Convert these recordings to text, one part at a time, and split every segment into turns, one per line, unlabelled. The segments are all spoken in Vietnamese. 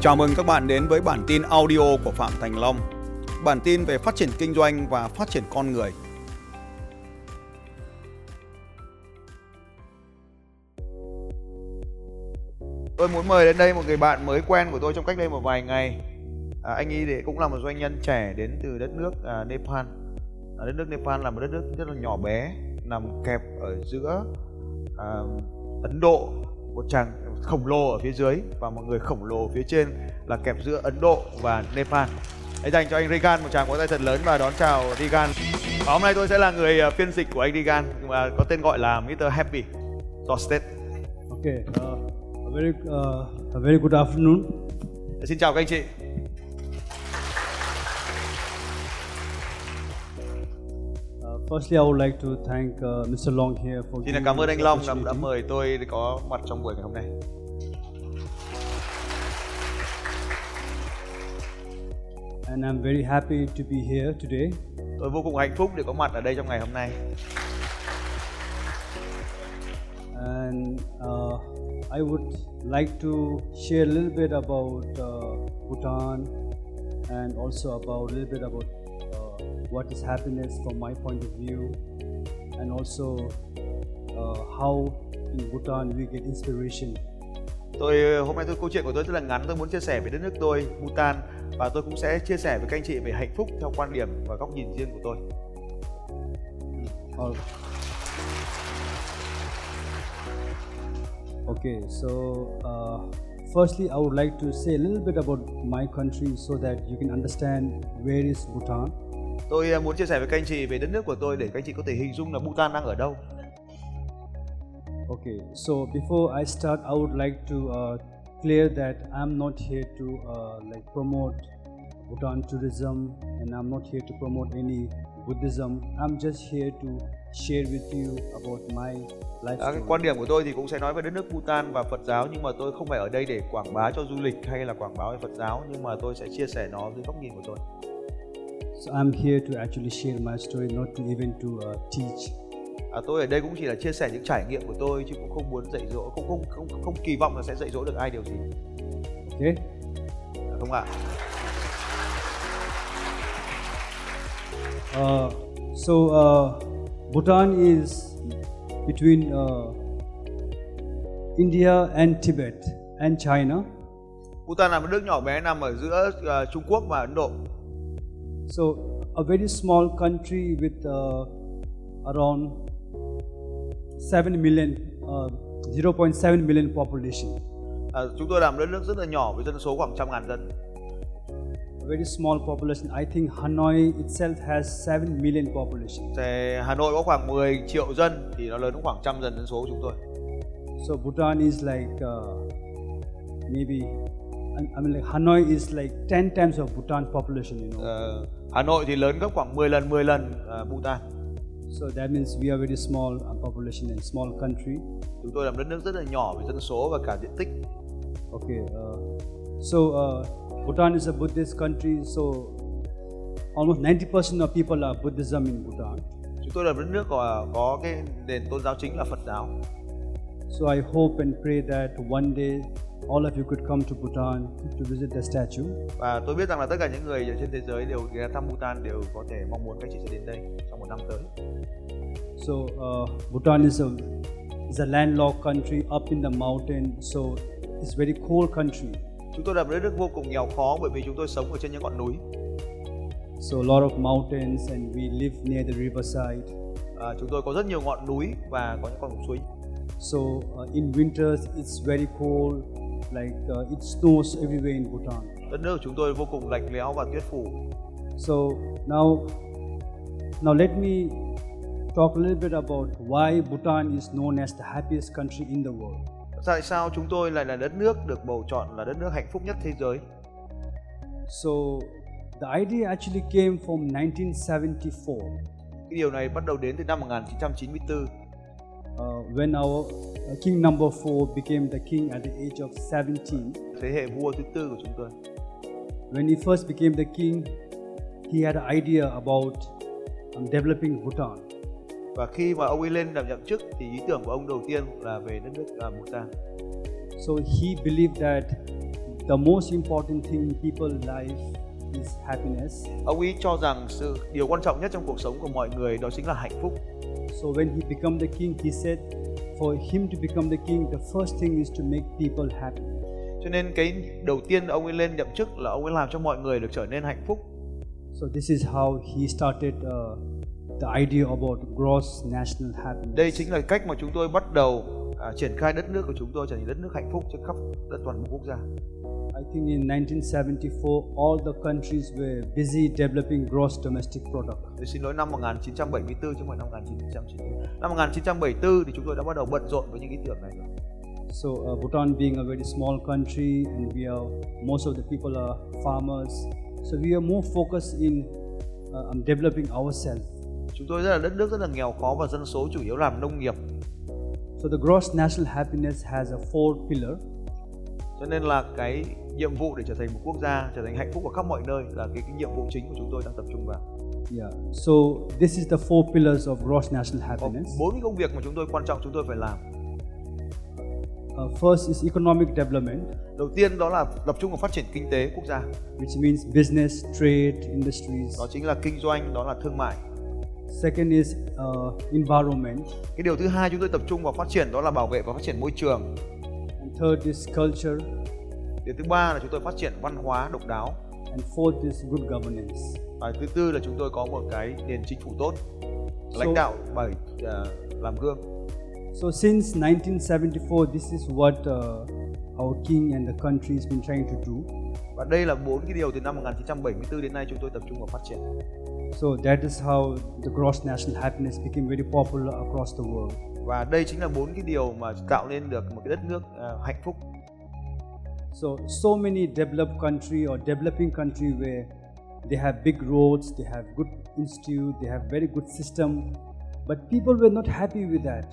Chào mừng các bạn đến với bản tin audio của Phạm Thành Long. Bản tin về phát triển kinh doanh và phát triển con người. Tôi muốn mời đến đây một người bạn mới quen của tôi trong cách đây một vài ngày. À, anh ấy thì cũng là một doanh nhân trẻ đến từ đất nước à, Nepal. À, đất nước Nepal là một đất nước rất là nhỏ bé, nằm kẹp ở giữa à, Ấn Độ một chàng khổng lồ ở phía dưới và một người khổng lồ phía trên là kẹp giữa Ấn Độ và Nepal. Hãy dành cho anh Regan một tràng vỗ tay thật lớn và đón chào Regan. Và hôm nay tôi sẽ là người ờ, phiên dịch của anh Regan và có tên gọi là Mr. Happy Tosted.
Okay, uh, a very uh, a very good afternoon.
Ờ, Xin chào các anh chị.
Uh, firstly, I would like to thank uh, Mr. Long here for
Xin
giving
là cảm
me
ơn anh
this
Long đã, đã
opportunity.
mời tôi có mặt trong buổi ngày hôm nay.
and I'm very happy to be here today.
Tôi vô cùng hạnh phúc để có mặt ở đây trong ngày hôm nay.
And uh, I would like to share a little bit about uh, Bhutan and also about a little bit about uh, what is happiness from my point of view, and also uh, how in Bhutan we get inspiration
Tôi ờ, hôm nay tôi câu chuyện của tôi rất là ngắn, tôi muốn chia sẻ về đất nước tôi, Bhutan và tôi cũng sẽ chia sẻ với các anh chị về hạnh phúc theo quan điểm và góc nhìn riêng của tôi.
All. Okay, so uh, firstly, I would like to say a little bit about my country so that you can understand where is Bhutan.
Tôi à, muốn chia sẻ với các anh chị về đất nước của tôi để các anh chị có thể hình dung là Bhutan đang ở đâu.
Okay, so before I start, I would like to uh, clear that I'm not here to uh, like promote Bhutan tourism, and I'm not here to promote any Buddhism. I'm just here to share with you about my
À,
life.
cái
story.
quan điểm của tôi thì cũng sẽ nói về đất nước Bhutan và Phật giáo nhưng mà tôi không phải ở đây để quảng bá cho du lịch hay là quảng bá về Phật giáo nhưng mà tôi sẽ chia sẻ nó dưới góc nhìn của tôi.
So I'm here to actually share my story, not to even to uh, teach.
À, tôi ở đây cũng chỉ là chia sẻ những trải nghiệm của tôi chứ cũng không muốn dạy dỗ, cũng không không không kỳ vọng là sẽ dạy dỗ được ai điều gì,
Okay.
à, không ạ?
Uh, so uh, Bhutan is between uh, India and Tibet and China.
Bhutan là một nước nhỏ bé nằm ở giữa à, Trung Quốc và Ấn Độ.
So a very small country with uh, around 7 million, uh, 0.7 million population.
À, chúng tôi là một đất nước rất là nhỏ với dân số khoảng trăm ngàn dân.
A very small population. I think Hanoi itself has 7 million population.
Thì Hà Nội có khoảng 10 triệu dân thì nó lớn đến khoảng trăm dần dân số của chúng tôi.
So Bhutan is like uh, maybe I mean like Hanoi is like 10 times of Bhutan population, you know.
Ờ, Hà Nội thì lớn gấp khoảng 10 lần 10 lần ờ, Bhutan.
so that means we are very small uh, population and small country.
Chúng tôi là một đất nước rất là nhỏ về dân số và cả diện tích.
Okay. Uh, so uh, Bhutan is a Buddhist country. So almost 90% of people are Buddhism in Bhutan.
Chúng tôi là một đất nước có có cái nền tôn giáo chính là Phật giáo.
So I hope and pray that one day all of you could come to Bhutan to visit the statue.
Và tôi biết rằng là tất cả những người trên thế giới đều ghé thăm Bhutan đều có thể mong muốn các chị sẽ đến đây trong một năm tới.
So uh, Bhutan is a is a landlocked country up in the mountain, so it's very cold country.
Chúng tôi là một đất nước vô cùng nghèo khó bởi vì chúng tôi sống ở trên những ngọn núi.
So a lot of mountains, and we live near the riverside.
À, chúng tôi có rất nhiều ngọn núi và có những con suối.
So uh, in winters it's very cold, like uh, it snows everywhere in Bhutan.
Đất nước của chúng tôi vô cùng lạnh lẽo và tuyết phủ.
So now, now let me talk a little bit about why Bhutan is known as the happiest country in the world.
Tại sao chúng tôi lại là đất nước được bầu chọn là đất nước hạnh phúc nhất thế giới?
So the idea actually came from 1974.
Cái điều này bắt đầu đến từ năm 1994
uh, when our uh, king number four became the king at the age of 17
thế hệ vua thứ tư của chúng tôi
when he first became the king he had an idea about um, developing bhutan
và khi mà ông ấy lên đảm nhiệm chức thì ý tưởng của ông đầu tiên là về đất nước à, Bhutan
so he believed that the most important thing in people's life is happiness.
ông ấy cho rằng sự điều quan trọng nhất trong cuộc sống của mọi người đó chính là hạnh phúc
So when he became the king, he said, for him to become the king, the first thing is to make people happy.
cho nên cái đầu tiên ông ấy lên nhậm chức là ông ấy làm cho mọi người được trở nên hạnh phúc
So this is how he started uh, the idea about gross national happiness.
đây chính là cách mà chúng tôi bắt đầu à, triển khai đất nước của chúng tôi trở thành đất nước hạnh phúc trên khắp đất toàn bộ quốc gia
I think in 1974, all the countries were busy developing gross domestic product.
Tôi xin lỗi năm 1974 chứ không phải năm 1990 năm 1974 thì chúng tôi đã bắt đầu bận rộn với những ý tưởng này rồi
So uh, Bhutan being a very small country, and we are most of the people are farmers. So we are more focused in uh, um, developing ourselves.
chúng tôi rất là đất nước rất là nghèo khó và dân số chủ yếu làm nông nghiệp
So the gross national happiness has a four pillar.
cho nên là cái nhiệm vụ để trở thành một quốc gia trở thành hạnh phúc ở khắp mọi nơi là cái, cái nhiệm vụ chính của chúng tôi đang tập trung vào
Yeah. So this is the four pillars of gross national
có
happiness.
bốn cái công việc mà chúng tôi quan trọng chúng tôi phải làm
Uh, first is economic development,
đầu tiên đó là tập trung vào phát triển kinh tế quốc gia
which means business, trade, industries.
đó chính là kinh doanh đó là thương mại
Second is uh, environment,
cái điều thứ hai chúng tôi tập trung vào phát triển đó là bảo vệ và phát triển môi trường
and third is culture,
điều thứ ba là chúng tôi phát triển văn hóa độc đáo
and fourth is good governance.
và thứ tư là chúng tôi có một cái nền chính phủ tốt lãnh
So-
đạo bởi à, làm gương
So since 1974, this is what uh, our king and the country has been trying to do.
và đây là bốn cái điều từ năm 1974 đến nay chúng tôi tập trung vào phát triển
So that is how the gross national happiness became very popular across the world.
và đây chính là bốn cái điều mà tạo nên được một cái đất nước à, hạnh phúc
So so many developed country or developing country where they have big roads, they have good institute, they have very good system, but people were not happy with that.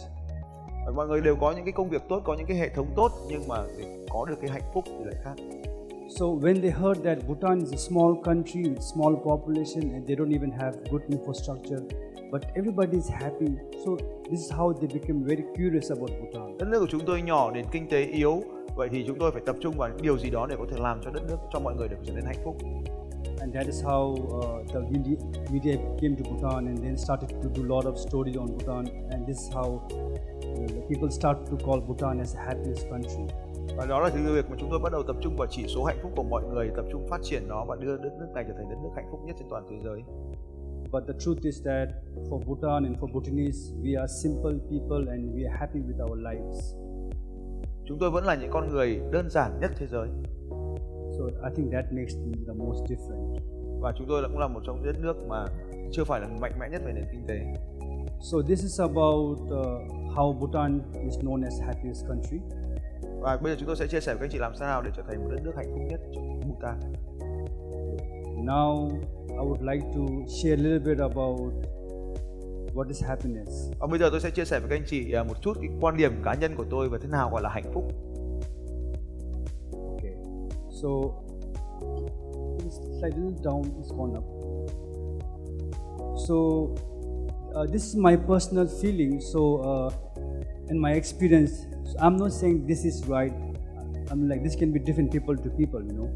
Và mọi người đều có những cái công việc tốt có những cái hệ thống tốt nhưng mà để có được cái hạnh phúc thì lại khác
So when they heard that Bhutan is a small country with small population and they don't even have good infrastructure, but everybody is happy. So this is how they became very curious about Bhutan.
đất nước của chúng tôi nhỏ nền kinh tế yếu vậy thì chúng tôi phải tập trung vào những điều gì đó để có thể làm cho đất nước cho mọi người được trở nên hạnh phúc
And that is how uh, the media, media came to Bhutan and then started to do a lot of stories on Bhutan. And this is how uh, the people start to call Bhutan as the happiest country.
và đó là cái việc mà chúng tôi bắt đầu tập trung vào chỉ số hạnh phúc của mọi người tập trung phát triển nó và đưa đất nước này trở thành đất nước hạnh phúc nhất trên toàn thế giới
But the truth is that for Bhutan and for Bhutanese, we are simple people and we are happy with our lives.
chúng tôi vẫn là những con người đơn giản nhất thế giới
So I think that makes the most difference.
và chúng tôi là cũng là một trong những đất nước mà chưa phải là mạnh mẽ nhất về nền kinh tế
So this is about uh, how Bhutan is known as happiest country.
và bây giờ chúng tôi sẽ chia sẻ với các anh chị làm sao để trở thành một đất nước hạnh phúc nhất trong Bhutan
Now I would like to share a little bit about what is happiness.
và bây giờ tôi sẽ chia sẻ với các anh chị à, một chút cái quan điểm cá nhân của tôi về thế nào gọi là hạnh phúc
Okay. So it's slightly down, it's gone up. So uh, this is my personal feeling. So uh, in my experience, so I'm not saying this is right. I'm like this can be different people to people, you know.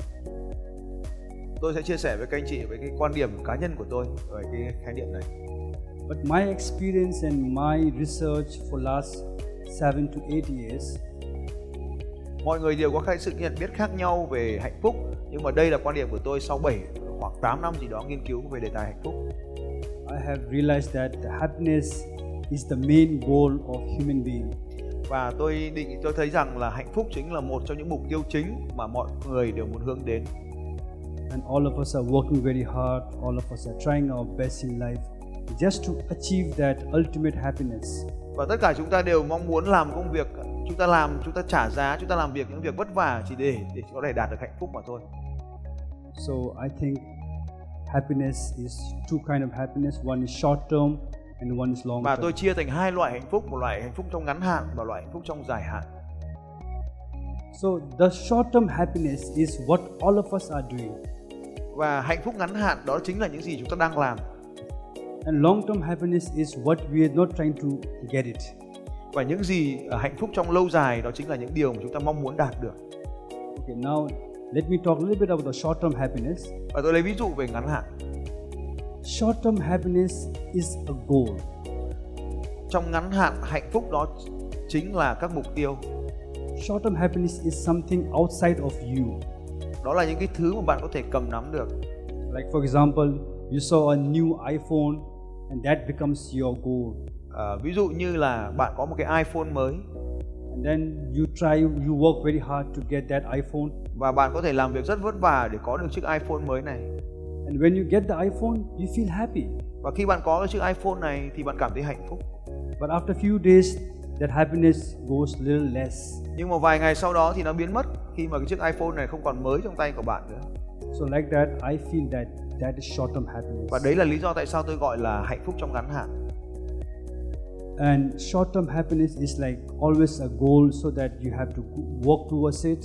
tôi sẽ chia sẻ với các anh chị về cái quan điểm cá nhân của tôi về cái khái niệm này
But my experience and my research for last seven to eight years,
mọi người đều có cái sự nhận biết khác nhau về hạnh phúc nhưng mà đây là quan điểm của tôi sau 7 hoặc 8 năm gì đó nghiên cứu về đề tài hạnh phúc
I have realized that the happiness is the main goal of human being.
và tôi định tôi thấy rằng là hạnh phúc chính là một trong những mục tiêu chính mà mọi người đều muốn hướng đến
And all of us are working very hard, all of us are trying our best in life just to achieve that ultimate happiness.
và tất cả chúng ta đều mong muốn làm công việc chúng ta làm chúng ta trả giá chúng ta làm việc những việc vất vả chỉ để để có thể đạt được hạnh phúc mà thôi
So I think happiness is two kind of happiness. One is short term and one is long
và tôi
term.
chia thành hai loại hạnh phúc một loại hạnh phúc trong ngắn hạn và loại hạnh phúc trong dài hạn
So the short term happiness is what all of us are doing.
và hạnh phúc ngắn hạn đó chính là những gì chúng ta đang làm
And long term happiness is what we are not trying to get it.
và những gì ờ, hạnh phúc trong lâu dài đó chính là những điều mà chúng ta mong muốn đạt được
Okay, now Let me talk a little bit about the short term happiness.
và tôi lấy ví dụ về ngắn hạn
Short term happiness is a goal.
trong ngắn hạn hạnh phúc đó chính là các mục tiêu
Short term happiness is something outside of you.
đó là những cái thứ mà bạn có thể cầm nắm được
Like, for example, you saw a new iPhone and that becomes your goal.
à, ví dụ như là bạn có một cái iphone mới
And then you try, you work very hard to get that iPhone.
và bạn có thể làm việc rất vất vả để có được chiếc iphone mới này
And when you get the iPhone, you feel happy.
và khi bạn có cái chiếc iphone này thì bạn cảm thấy hạnh phúc
But after a few days, that happiness goes little less.
nhưng mà vài ngày sau đó thì nó biến mất khi mà cái chiếc iphone này không còn mới trong tay của bạn nữa
So, like that, I feel that that is short term happiness.
và đấy là lý do tại sao tôi gọi là hạnh phúc trong ngắn hạn
and short term happiness is like always a goal so that you have to work towards it.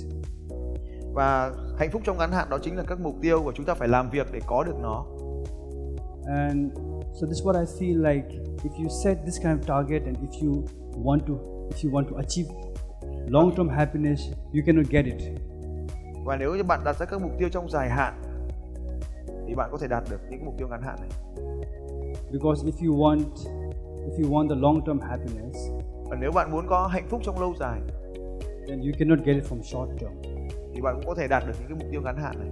và hạnh phúc trong ngắn hạn đó chính là các mục tiêu của chúng ta phải làm việc để có được nó
and so this is what i feel like if you set this kind of target and if you want to if you want to achieve long term happiness you cannot get it
và nếu như bạn đặt ra các mục tiêu trong dài hạn thì bạn có thể đạt được những cái mục tiêu ngắn hạn này
because if you want if you want the long term happiness
và nếu bạn muốn có hạnh phúc trong lâu dài
then you cannot get it from short term
thì bạn cũng có thể đạt được những cái mục tiêu ngắn hạn này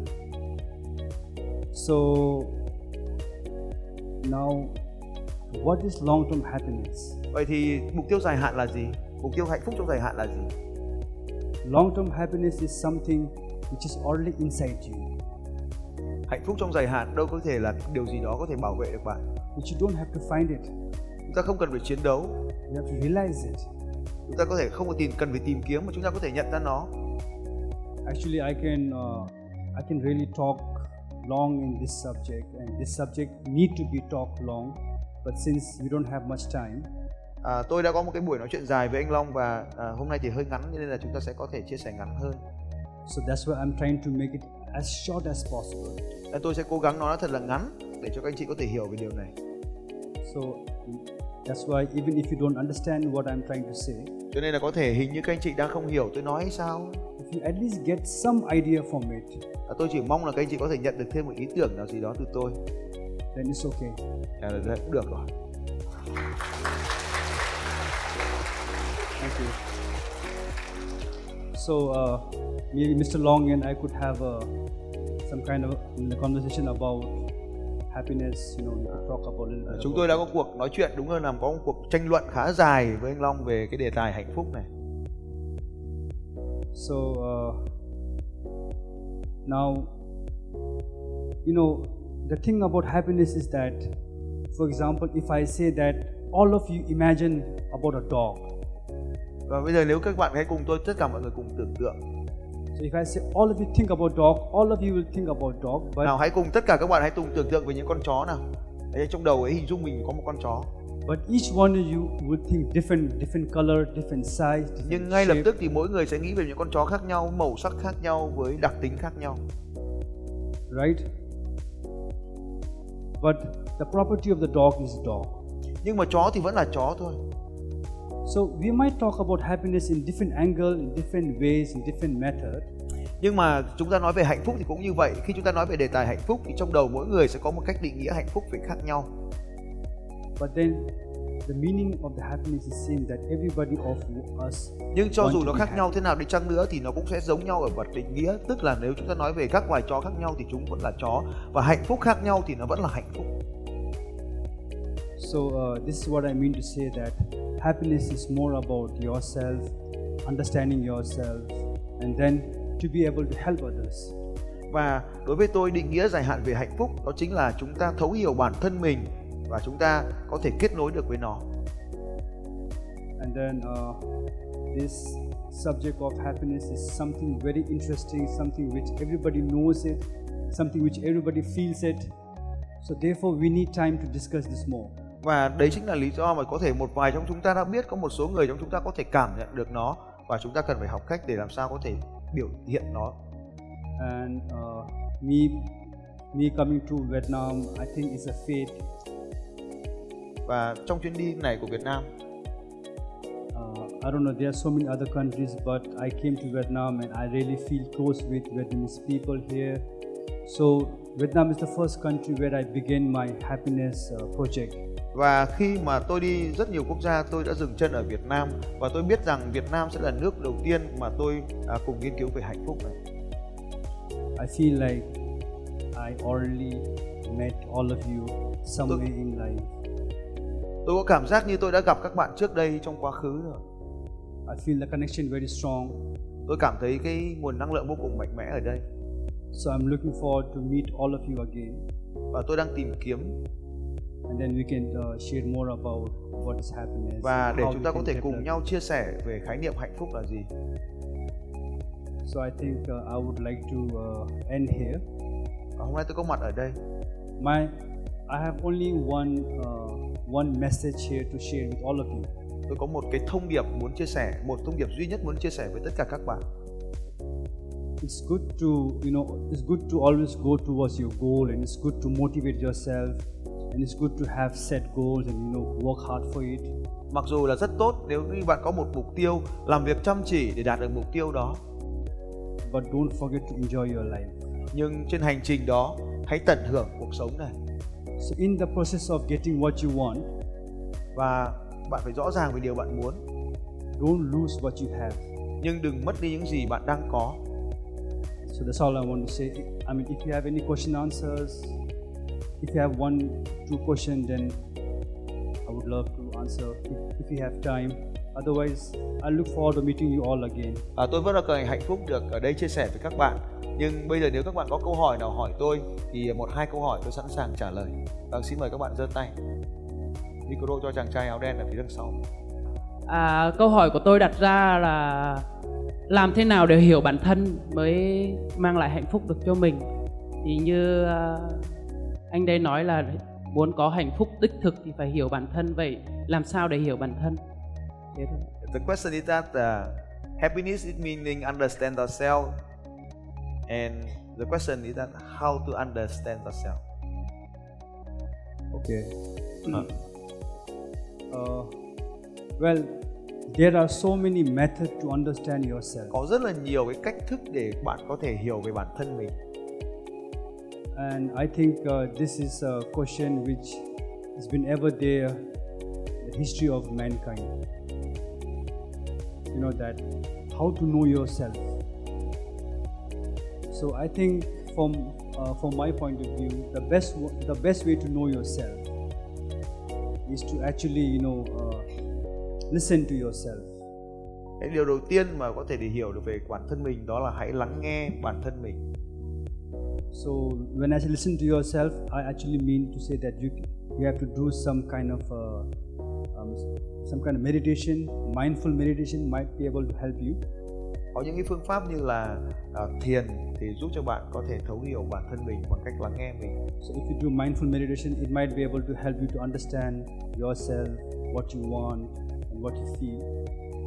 so now what is long term happiness
vậy thì mục tiêu dài hạn là gì mục tiêu hạnh phúc trong dài hạn là gì
long term happiness is something which is already inside you
hạnh phúc trong dài hạn đâu có thể là điều gì đó có thể bảo vệ được bạn
which you don't have to find it
chúng ta không cần phải chiến đấu
you have to realize it
chúng ta có thể không có tìm cần phải tìm kiếm mà chúng ta có thể nhận ra nó
actually i can uh, i can really talk long in this subject and this subject need to be talked long but since we don't have much time
à, tôi đã có một cái buổi nói chuyện dài với anh Long và à, hôm nay thì hơi ngắn cho nên là chúng ta sẽ có thể chia sẻ ngắn hơn
so that's why i'm trying to make it as short as possible
nên tôi sẽ cố gắng nói nó thật là ngắn để cho các anh chị có thể hiểu về điều này
so that's why even if you don't understand what i'm trying to say
cho nên là có thể hình như các anh chị đang không hiểu tôi nói hay sao
if you at least get some idea from it
à, tôi chỉ mong là các anh chị có thể nhận được thêm một ý tưởng nào gì đó từ tôi
then it's okay
à, là cũng được rồi
thank you so uh, maybe mr long and i could have a some kind of conversation about happiness you know we could talk about it
à, chúng tôi đã có cuộc nói chuyện đúng hơn là có một cuộc tranh luận khá dài với anh Long về cái đề tài hạnh phúc này
So uh, now, you know, the thing about happiness is that, for example, if I say that all of you imagine about a dog.
và bây giờ nếu các bạn hãy cùng tôi tất cả mọi người cùng tưởng tượng
So if I say all of you think about dog, all of you will think about dog. But
nào hãy cùng tất cả các bạn hãy cùng tưởng tượng về những con chó nào Đấy, trong đầu ấy hình dung mình có một con chó
but each one of you will think different, different color, different size, different
nhưng ngay lập
shape.
tức thì mỗi người sẽ nghĩ về những con chó khác nhau màu sắc khác nhau với đặc tính khác nhau
right? But the property of the dog is dog.
nhưng mà chó thì vẫn là chó thôi
So we might talk about happiness in different angle, in different ways, in different method.
nhưng mà chúng ta nói về hạnh phúc thì cũng như vậy khi chúng ta nói về đề tài hạnh phúc thì trong đầu mỗi người sẽ có một cách định nghĩa hạnh phúc phải khác nhau
But then the meaning of the happiness is same that everybody of us
nhưng cho
want
dù
to
nó
be
khác
happy.
nhau thế nào đi chăng nữa thì nó cũng sẽ giống nhau ở mặt định nghĩa tức là nếu chúng ta nói về các loài chó khác nhau thì chúng vẫn là chó và hạnh phúc khác nhau thì nó vẫn là hạnh phúc
So uh, this is what I mean to say that happiness is more about yourself, understanding yourself, and then to be able to help others.
và đối với tôi định nghĩa dài hạn về hạnh phúc đó chính là chúng ta thấu hiểu bản thân mình và chúng ta có thể kết nối được với nó
And then uh, this subject of happiness is something very interesting, something which everybody knows it, something which everybody feels it. So therefore, we need time to discuss this more.
và đấy chính là lý do mà có thể một vài trong chúng ta đã biết có một số người trong chúng ta có thể cảm nhận được nó và chúng ta cần phải học cách để làm sao có thể biểu hiện nó
and uh, me me coming to Vietnam, I think it's a fate.
và trong chuyến đi này của Việt Nam
Uh, I don't know, there are so many other countries, but I came to Vietnam and I really feel close with Vietnamese people here. So, Vietnam is the first country where I began my happiness uh, project.
Và khi mà tôi đi rất nhiều quốc gia, tôi đã dừng chân ở Việt Nam và tôi biết rằng Việt Nam sẽ là nước đầu tiên mà tôi à, cùng nghiên cứu về hạnh phúc này.
I feel like I already met all of you somewhere in life.
Tôi có cảm giác như tôi đã gặp các bạn trước đây trong quá khứ rồi.
I feel the connection very strong.
Tôi cảm thấy cái nguồn năng lượng vô cùng mạnh mẽ ở đây
So, I'm looking forward to meet all of you again.
và tôi đang tìm kiếm
And then we can uh, share more about what is happiness.
và
and
để
how
chúng
we
ta có
can
thể
develop
cùng nhau chia sẻ về khái niệm hạnh phúc là gì.
So I think uh, I would like to uh, end here.
Và hôm nay tôi có mặt ở đây
My, I have only one uh, one message here to share with all of you.
tôi có một cái thông điệp muốn chia sẻ một thông điệp duy nhất muốn chia sẻ với tất cả các bạn
It's good to you know it's good to always go towards your goal, and it's good to motivate yourself, and it's good to have set goals and you know work hard for it.
mặc dù là rất tốt nếu như bạn có một mục tiêu làm việc chăm chỉ để đạt được mục tiêu đó
But don't forget to enjoy your life.
nhưng trên hành trình đó hãy tận hưởng cuộc sống này
So in the process of getting what you want,
và bạn phải rõ ràng về điều bạn muốn
don't lose what you have.
nhưng đừng mất đi những gì bạn đang có
So that's all I want to say. I mean, if you have any question answers, if you have one, two question, then I would love to answer if, if you have time. Otherwise, I look forward to meeting you all again.
à, tôi rất là cười hạnh phúc được ở đây chia sẻ với các bạn nhưng bây giờ nếu các bạn có câu hỏi nào hỏi tôi thì một hai câu hỏi tôi sẵn sàng trả lời vâng xin mời các bạn giơ tay micro cho chàng trai áo đen ở phía đằng sau
À, câu hỏi của tôi đặt ra là làm thế nào để hiểu bản thân mới mang lại hạnh phúc được cho mình thì như à, anh đây nói là muốn có hạnh phúc đích thực thì phải hiểu bản thân vậy làm sao để hiểu bản thân thế thôi
The question is that uh, happiness is meaning understand yourself, and the question is that how to understand yourself.
Okay. Uh, well, there are so many methods to understand yourself,
Có rất là nhiều cái cách thức để bạn có thể hiểu về bản thân mình
and I think uh, this is a question which has been ever there in the history of mankind. You know that how to know yourself. So I think from uh, from my point of view, the best w- the best way to know yourself is to actually you know uh, listen to yourself.
cái điều đầu tiên mà có thể để hiểu được về bản thân mình đó là hãy lắng nghe bản thân mình
So when I say listen to yourself, I actually mean to say that you you have to do some kind of uh, um, some kind of meditation, mindful meditation might be able to help you.
có những cái phương pháp như là à, thiền thì giúp cho bạn có thể thấu hiểu bản thân mình bằng cách lắng nghe mình
So if you do mindful meditation, it might be able to help you to understand yourself, what you want, and what you feel.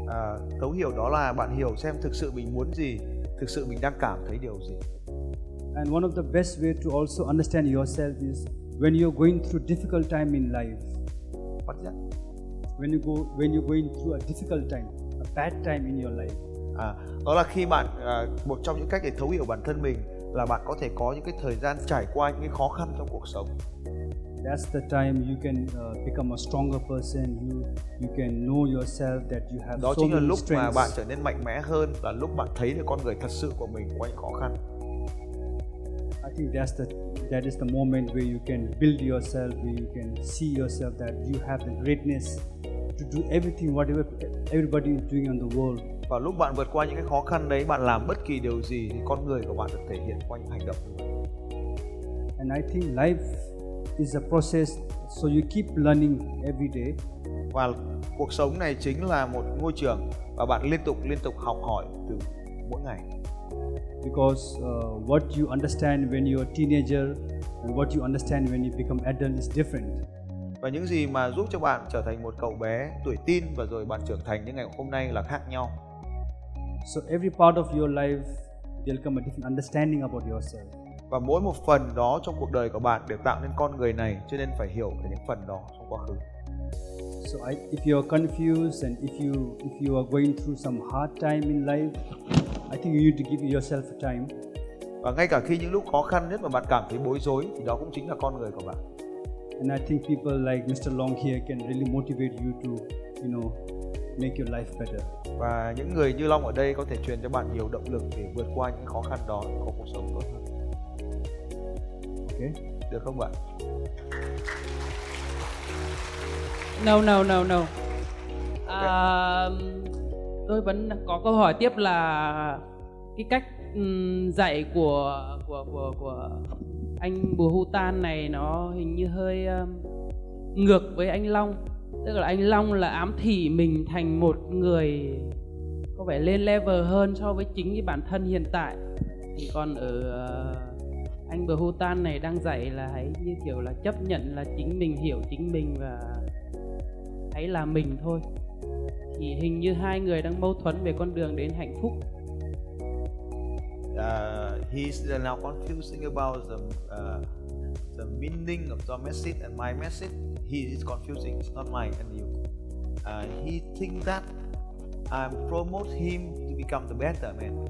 à, thấu hiểu đó là bạn hiểu xem thực sự mình muốn gì thực sự mình đang cảm thấy điều gì
And one of the best way to also understand yourself is when you're going through difficult time in life.
What is that?
When you go when you're going through a difficult time, a bad time in your life.
À, đó là khi bạn à, một trong những cách để thấu hiểu bản thân mình là bạn có thể có những cái thời gian trải qua những cái khó khăn trong cuộc sống
that's the time you can uh, become a stronger person you you can know yourself that you have
đó
so
chính là
many
lúc mà
strengths
bạn trở nên mạnh mẽ hơn là lúc bạn thấy được con người thật sự của mình qua những khó khăn
i think that's the that is the moment where you can build yourself where you can see yourself that you have the greatness to do everything whatever everybody is doing on the world
và lúc bạn vượt qua những cái khó khăn đấy bạn làm bất kỳ điều gì thì con người của bạn được thể hiện qua những hành động như vậy.
and i think life is a process so you keep learning every day
và cuộc sống này chính là một ngôi trường và bạn liên tục liên tục học hỏi từ mỗi ngày
because uh, what you understand when you're a teenager and what you understand when you become adult is different
và những gì mà giúp cho bạn trở thành một cậu bé tuổi tin và rồi bạn trưởng thành những ngày hôm nay là khác nhau
So every part of your life, there'll come a different understanding about yourself.
và mỗi một phần đó trong cuộc đời của bạn đều tạo nên con người này cho nên phải hiểu về những phần đó trong quá khứ
So I, if you are confused and if you if you are going through some hard time in life, I think you need to give yourself time.
và ngay cả khi những lúc khó khăn nhất mà bạn cảm thấy bối rối thì đó cũng chính là con người của bạn
And I think people like Mr. Long here can really motivate you to, you know, make your life better.
và những người như Long ở đây có thể truyền cho bạn nhiều động lực để vượt qua những khó khăn đó để có cuộc sống tốt hơn
Okay.
được không bạn
No no no no. À, tôi vẫn có câu hỏi tiếp là cái cách ừm, dạy của của của của anh Bùa Hu Tan này nó hình như hơi ừm, ngược với anh Long. Tức là anh Long là ám thị mình thành một người có vẻ lên level hơn so với chính cái bản thân hiện tại. Thì còn ở ờ, anh Bùa Hu Tan này đang dạy là hãy như kiểu là chấp nhận là chính mình hiểu chính mình và hãy là mình thôi thì hình như hai người đang mâu thuẫn về con đường đến hạnh phúc
uh, he's now confusing about the uh, the meaning of your message and my message. He is confusing. It's not mine and you. Uh, he think that I promote him to become the better man,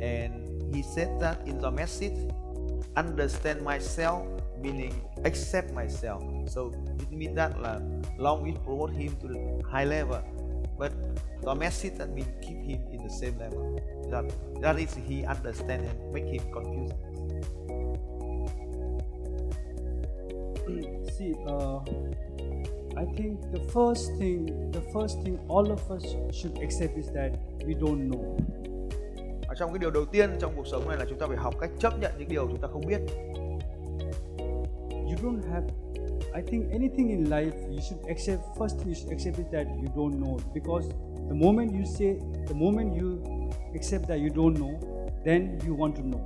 and he said that in the message, understand myself meaning accept myself. So it means that là long it promote him to the high level, but the message that means keep him in the same level. That that is he understand and make him confused.
See, uh, I think the first thing, the first thing all of us should accept is that we don't know.
Ở trong cái điều đầu tiên trong cuộc sống này là chúng ta phải học cách chấp nhận những điều chúng ta không biết.
You don't have. I think anything in life you should accept. First thing you should accept is that you don't know because the moment you say, the moment you accept that you don't know, then you want to know.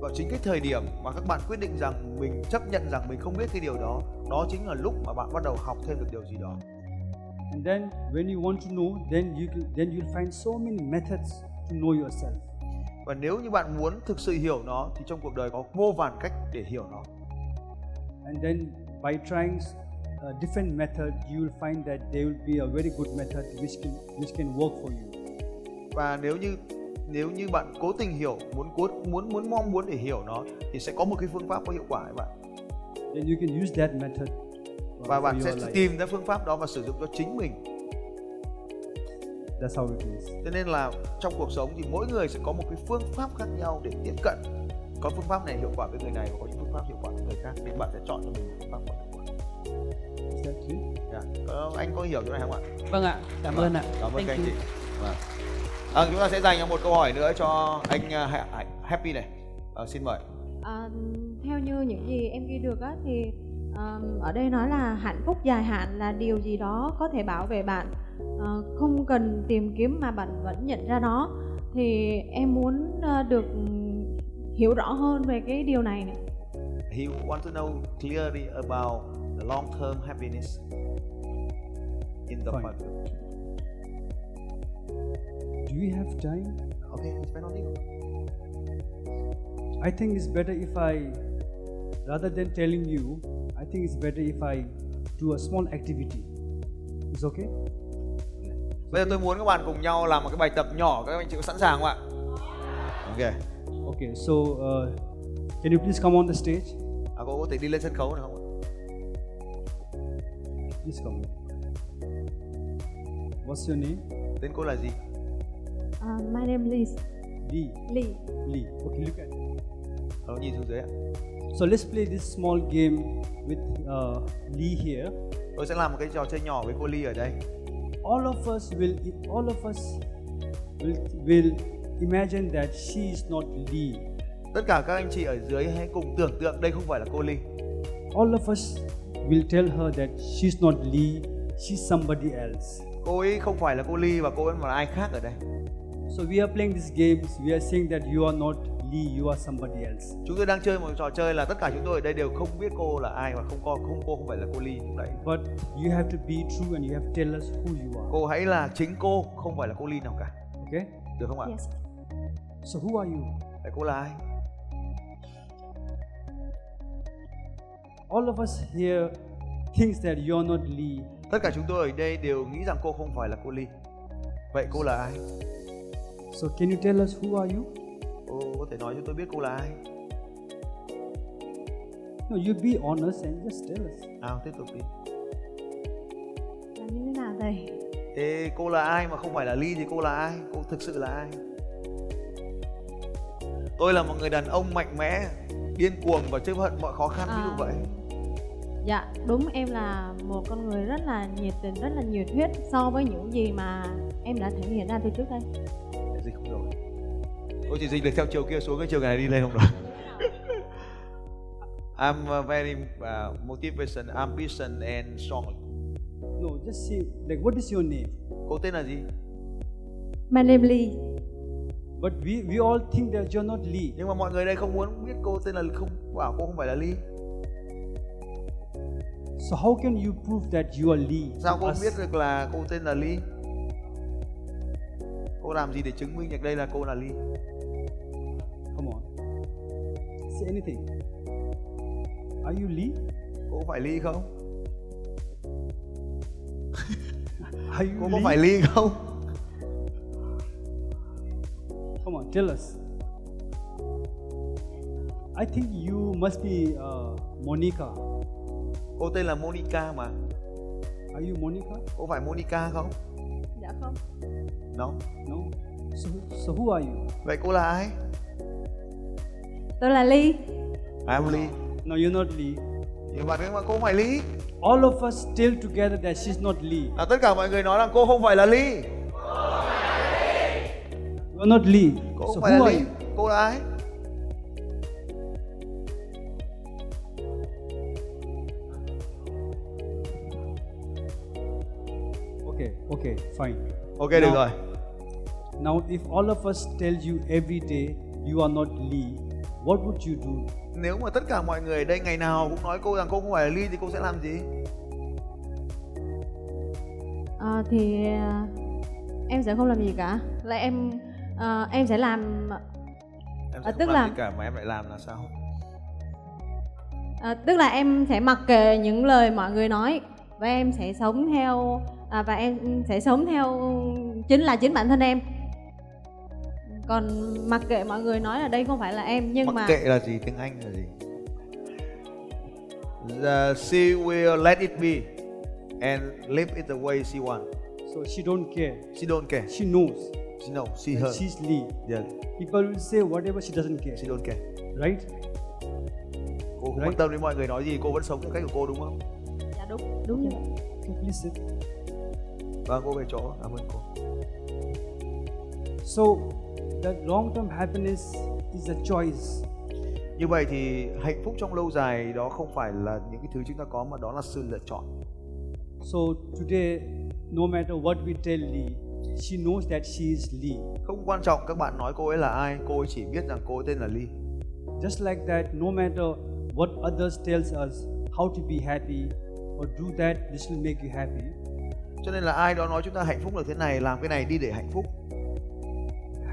Và chính cái thời điểm mà các bạn quyết định rằng mình chấp nhận rằng mình không biết cái điều đó, đó chính là lúc mà bạn bắt đầu học thêm được điều gì đó.
And then when you want to know, then you can- then you'll find so many methods to know yourself.
Và nếu như bạn muốn thực sự hiểu nó thì trong cuộc đời có vô vàn cách để hiểu nó.
And then by trying a different method, you will find that there will be a very good method which can which can work for you.
và nếu như nếu như bạn cố tình hiểu muốn cố muốn muốn mong muốn để hiểu nó thì sẽ có một cái phương pháp có hiệu quả đấy bạn
Then you can use that method
và
uh, for
bạn sẽ
your life.
tìm ra phương pháp đó và sử dụng cho chính mình
That's how it is.
cho nên là trong cuộc sống thì mỗi người sẽ có một cái phương pháp khác nhau để tiếp cận có phương pháp này hiệu quả với người này và có những phương pháp hiệu quả với người khác nên bạn sẽ chọn cho mình phương pháp có hiệu quả
Is that it?
Dạ. Có- anh có hiểu chỗ này không ạ
vâng ạ cảm ơn ạ
cảm ơn
Thank
các anh
you.
chị vâng. Ờ, chúng ta sẽ dành một câu hỏi nữa cho anh ờ, Ha- Ha- happy này Ờ, xin mời
À, theo như những gì em ghi được á, thì ờm, ở đây nói là hạnh phúc dài hạn là điều gì đó có thể bảo vệ bạn ờ, không cần tìm kiếm mà bạn vẫn nhận ra nó thì em muốn ờ, được ừm, hiểu rõ hơn về cái điều này nè.
He want to know clearly about the long-term happiness in the
Fine.
part.
Do we have time?
Okay, it's been on you.
I think it's better if I, rather than telling you, I think it's better if I do a small activity. It's okay?
Bây giờ tôi muốn các bạn cùng nhau làm một cái bài tập nhỏ, các anh chị có sẵn sàng không ạ? Ok.
Okay, so uh, can you please come on the stage?
À, cô có thể đi lên sân khấu được không? ạ?
Please come. What's your name?
Tên cô là gì?
À, my name is
Lee.
Lee.
Lee. Okay, look at.
Nó nhìn xuống dưới ạ.
So let's play this small game with uh, Lee here.
Tôi sẽ làm một cái trò chơi nhỏ với cô Ly ở đây.
all of us will all of us will will imagine that she is not Lee.
Tất cả các anh chị ở dưới hãy cùng tưởng tượng đây không phải là cô Ly.
All of us will tell her that she's not Lee, she's somebody else.
Cô ấy không phải là cô Ly và cô ấy mà là ai khác ở đây.
So we are playing these games, we are saying that you are not Lee, you are somebody else.
Chúng tôi đang chơi một trò chơi là tất cả chúng tôi ở đây đều không biết cô là ai và không có không cô không phải là cô Ly lúc nãy.
But you have to be true and you have to tell us who you are.
cô hãy là chính cô không phải là cô ly nào cả
Okay?
được không ạ
Yes.
So who are you?
Vậy cô là ai
All of us here thinks that you are not Lee,
tất cả chúng tôi ở đây đều nghĩ rằng cô không phải là cô ly vậy cô là ai
So can you tell us who are you?
cô có thể nói cho tôi biết cô là ai
No, you be honest and just tell us.
nào tiếp tục đi
là như thế nào thầy
thế cô là ai mà không phải là ly thì cô là ai cô thực sự là ai tôi là một người đàn ông mạnh mẽ điên cuồng và chấp hận mọi khó khăn ví
À,
dụ vậy
dạ đúng em là một con người rất là nhiệt tình rất là nhiệt huyết so với những gì mà em đã thể hiện ra từ trước đây
Để dịch không rồi tôi chỉ dịch được theo chiều kia xuống cái chiều này đi lên không rồi I'm uh, very uh, motivation, ambition and strong.
No, just say like what is your name?
Cô tên là gì?
my name Lee
But we we all think that you're not Lee.
Nhưng mà mọi người đây không muốn biết cô tên là không bảo cô không phải là Ly.
So how can you prove that you are Lee? to
Sao cô
us?
biết được là cô tên là Ly? Cô làm gì để chứng minh được đây là cô là Ly?
Come on. Say anything. Are you Lee?
Cô có phải Ly không?
Are you
Cô có
Lee?
phải Ly không?
Come on, tell us. I think you must be uh, Monica.
Cô tên là Monica mà.
Are you Monica?
Cô phải Monica không?
dạ không
No.
No. So, so who are you?
Vậy cô là ai?
tôi là Lee
I'm Ly.
No, you're not Lee.
Nhưng mà nhưng mà cô không phải Ly.
All of us tell together that she's not Lee.
Là tất cả mọi người nói rằng cô không phải là Ly.
You're not Lee.
Cô
so
không phải
who
là
are
Ly.
you?
Cô là ai?
Okay, okay, fine.
Ok
No.
được rồi.
Now, if all of us tell you every day you are not Lee, what would you do?
Nếu mà tất cả mọi người ở đây ngày nào cũng nói cô rằng cô không phải là Ly thì cô sẽ làm gì?
Ờ, thì à, em sẽ không làm gì cả là em à, em sẽ làm
Em
À,
sẽ
tức
không làm
là-
gì cả mà em lại làm là sao?
à, tức là em sẽ mặc kệ những lời mọi người nói và em sẽ sống theo à, và em sẽ sống theo chính là chính bản thân em còn mặc kệ mọi người nói là đây không phải là em nhưng
Mặc
mà
kệ là gì tiếng Anh là gì? The, she will let it be and live it the way she wants.
So she don't care.
She don't care.
She knows
She know. She
that
her.
she's Lee.
Yeah.
People will say whatever she doesn't care,
She don't care.
right?
Cô không
Đấy.
quan tâm đến mọi người nói gì, cô vẫn sống theo cách của cô đúng không?
dạ đúng đúng như vậy
Okay, please sit.
Vâng, cô về chỗ. Cảm ơn cô.
So, that long-term happiness is a choice.
Như vậy thì hạnh phúc trong lâu dài đó không phải là những cái thứ chúng ta có mà đó là sự lựa chọn.
So today, no matter what we tell Lee, she knows that she is Lee.
Không quan trọng các bạn nói cô ấy là ai, cô ấy chỉ biết rằng cô ấy tên là Ly.
Just like that, no matter what others tells us how to be happy or do that, this will make you happy.
Cho nên là ai đó nói chúng ta hạnh phúc là thế này, làm cái này đi để hạnh phúc.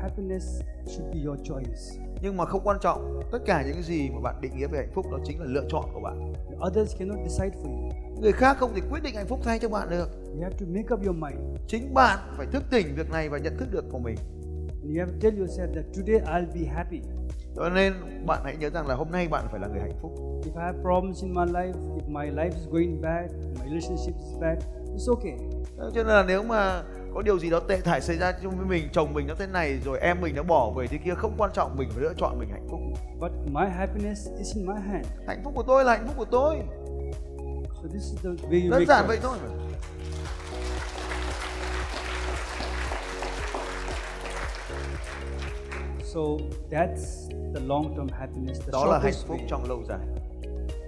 Happiness should be your choice.
Nhưng mà không quan trọng, tất cả những gì mà bạn định nghĩa về hạnh phúc đó chính là lựa chọn của bạn.
The others cannot decide for you.
Người khác không thể quyết định hạnh phúc thay cho bạn được.
You have to make up your mind
Chính bạn phải thức tỉnh việc này và nhận thức được của mình.
and you have to tell yourself that today I'll be happy.
Cho nên bạn hãy nhớ rằng là hôm nay bạn phải là người hạnh phúc.
If I have problems in my life, if my life is going bad, my relationship is bad, it's okay.
Ờ, Cho nên là nếu mà có điều gì đó tệ thải xảy ra trong với mình, chồng mình nó thế này rồi em mình nó bỏ về thế kia không quan trọng mình phải lựa chọn mình hạnh phúc.
But my happiness is in my hand.
Hạnh phúc của tôi là hạnh phúc của tôi.
So this is the way
Đơn
you make
giản
choice.
vậy thôi. mà.
So that's the long-term happiness. The
Đó là hạnh
shortest
phúc
way.
trong lâu dài.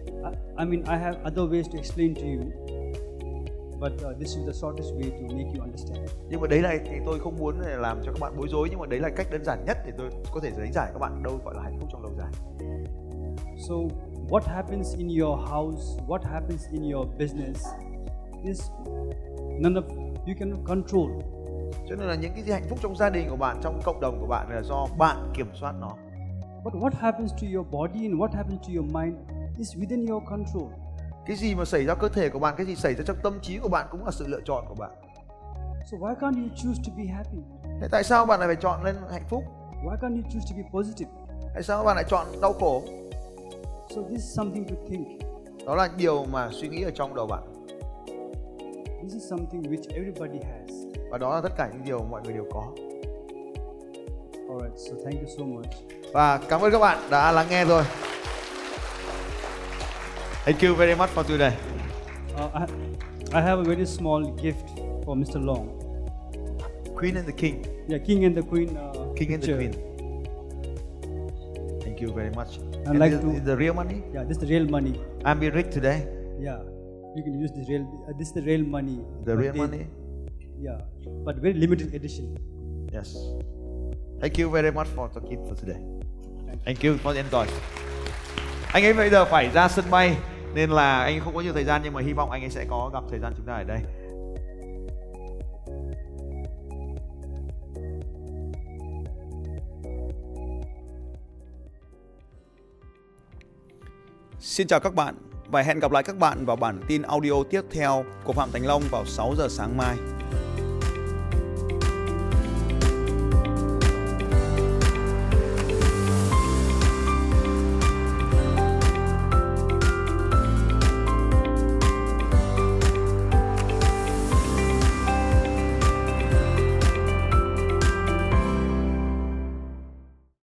I, I mean, I have other ways to explain to you, but uh, this is the shortest way to make you understand.
Nhưng mà đấy là thì tôi không muốn là làm cho các bạn bối rối nhưng mà đấy là cách đơn giản nhất để tôi có thể đánh giải các bạn đâu gọi là hạnh phúc trong lâu dài.
So, what happens in your house, what happens in your business, is none of you cannot control.
Cho nên là những cái gì hạnh phúc trong gia đình của bạn, trong cộng đồng của bạn là do bạn kiểm soát nó.
But what happens to your body and what happens to your mind is within your control.
cái gì mà xảy ra cơ thể của bạn cái gì xảy ra trong tâm trí của bạn cũng là sự lựa chọn của bạn
So why can't you choose to be happy?
thế tại sao bạn lại phải chọn lên hạnh phúc
Why can't you choose to be positive?
tại sao bạn lại chọn đau khổ
So this is something to think.
đó là điều mà suy nghĩ ở trong đầu bạn
This is something which everybody has.
và đó là tất cả những điều mọi người đều có
All right. So thank you so much.
và cảm ơn các bạn đã lắng nghe rồi thank you very much for today
Uh, I, I have a very small gift for Mr. Long.
queen and the king
Yeah, King and the Queen. Uh,
king and the
picture.
queen thank you very much
I'd like
this
to-
is the real money
Yeah, this is the real money.
I'm be rich today
Yeah, you can use this real. Uh, this is the real money.
the
But
real
they-
money
Yeah, but very limited edition.
Yes. Thank you very much for talking for today. Thank you for enjoy. Anh ấy bây giờ phải ra sân bay nên là anh không có nhiều thời gian nhưng mà hy vọng anh ấy sẽ có gặp thời gian chúng ta ở đây. Xin chào các bạn và hẹn gặp lại các bạn vào bản tin audio tiếp theo của Phạm Thành Long vào 6 giờ sáng mai.